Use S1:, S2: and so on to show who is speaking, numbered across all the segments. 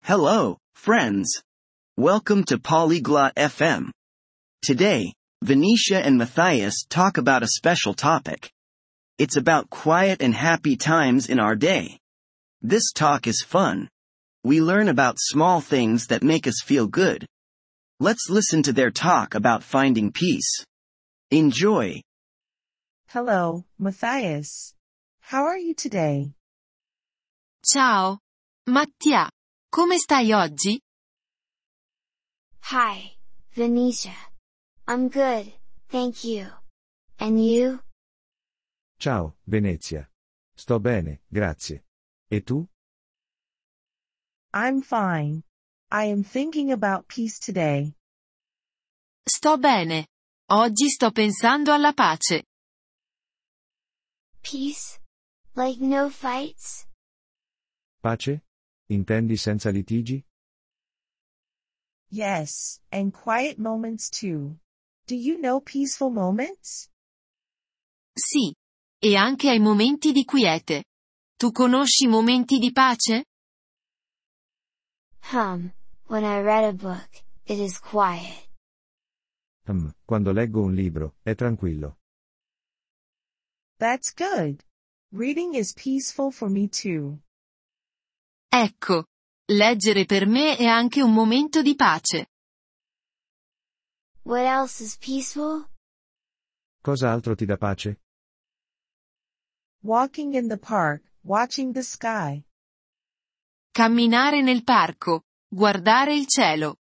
S1: Hello, friends. Welcome to Polyglot FM. Today, Venetia and Matthias talk about a special topic. It's about quiet and happy times in our day. This talk is fun. We learn about small things that make us feel good. Let's listen to their talk about finding peace. Enjoy.
S2: Hello, Matthias. How are you today?
S3: Ciao. Mattia. Come stai oggi?
S4: Hi, Venetia. I'm good, thank you. And you?
S5: Ciao, Venezia. Sto bene, grazie. E tu?
S2: I'm fine. I am thinking about peace today.
S3: Sto bene. Oggi sto pensando alla pace.
S4: Peace? Like no fights?
S5: Pace? Intendi senza litigi?
S2: Yes, and quiet moments too. Do you know peaceful moments?
S3: Sì. E anche ai momenti di quiete. Tu conosci momenti di pace?
S4: Hum, when I read a book, it is quiet.
S5: Hmm, quando leggo un libro, è tranquillo.
S2: That's good. Reading is peaceful for me too.
S3: Ecco. Leggere per me è anche un momento di pace.
S4: What else is peaceful?
S5: Cosa altro ti dà pace?
S2: Walking in the park, watching the sky.
S3: Camminare nel parco. Guardare il cielo.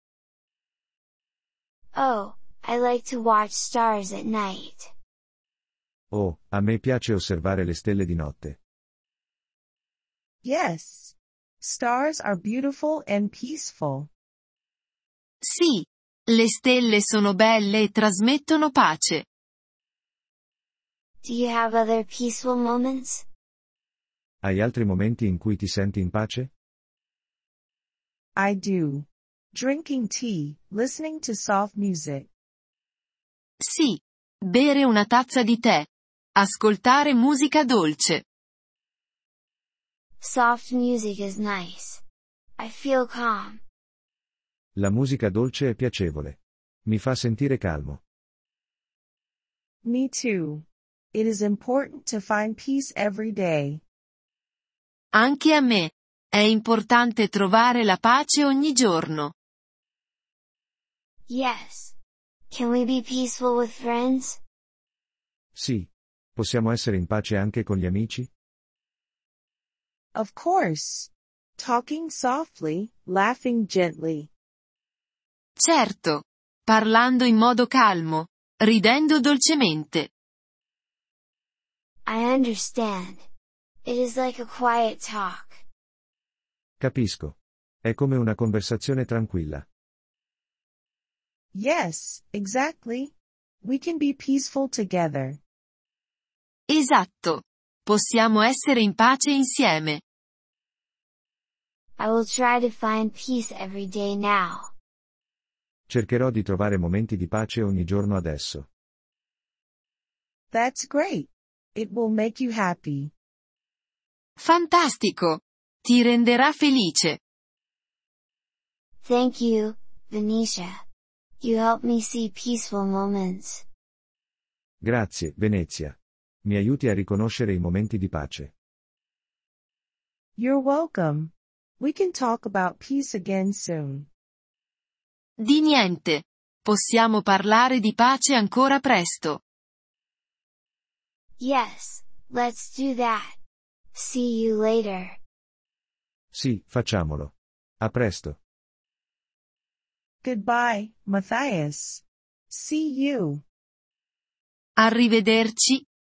S4: Oh, I like to watch stars at night.
S5: Oh, a me piace osservare le stelle di notte.
S2: Yes. Stars are beautiful and peaceful.
S3: Sì. Le stelle sono belle e trasmettono pace.
S4: Do you have other peaceful moments?
S5: Hai altri momenti in cui ti senti in pace?
S2: I do. Drinking tea, listening to soft music.
S3: Sì. Bere una tazza di tè. Ascoltare musica dolce.
S4: Soft music is nice. I feel calm.
S5: La musica dolce è piacevole. Mi fa sentire calmo.
S2: Me too. It is important to find peace every day.
S3: Anche a me. È importante trovare la pace ogni giorno.
S4: Yes. Can we be peaceful with friends?
S5: Sì. Possiamo essere in pace anche con gli amici?
S2: Of course. Talking softly, laughing gently.
S3: Certo. Parlando in modo calmo. Ridendo dolcemente.
S4: I understand. It is like a quiet talk.
S5: Capisco. È come una conversazione tranquilla.
S2: Yes, exactly. We can be peaceful together.
S3: Esatto. Possiamo essere in pace insieme.
S4: I will try to find peace every day now.
S5: Cercherò di trovare momenti di pace ogni giorno adesso.
S2: That's great. It will make you happy.
S3: Fantastico. Ti renderà felice.
S4: Thank you, Venetia. You help me see peaceful moments.
S5: Grazie, Venezia. Mi aiuti a riconoscere i momenti di pace.
S2: You're welcome. We can talk about peace again soon.
S3: Di niente. Possiamo parlare di pace ancora presto.
S4: Yes, let's do that. See you later.
S5: Sì, facciamolo. A presto.
S2: Goodbye, Matthias. See you.
S3: Arrivederci,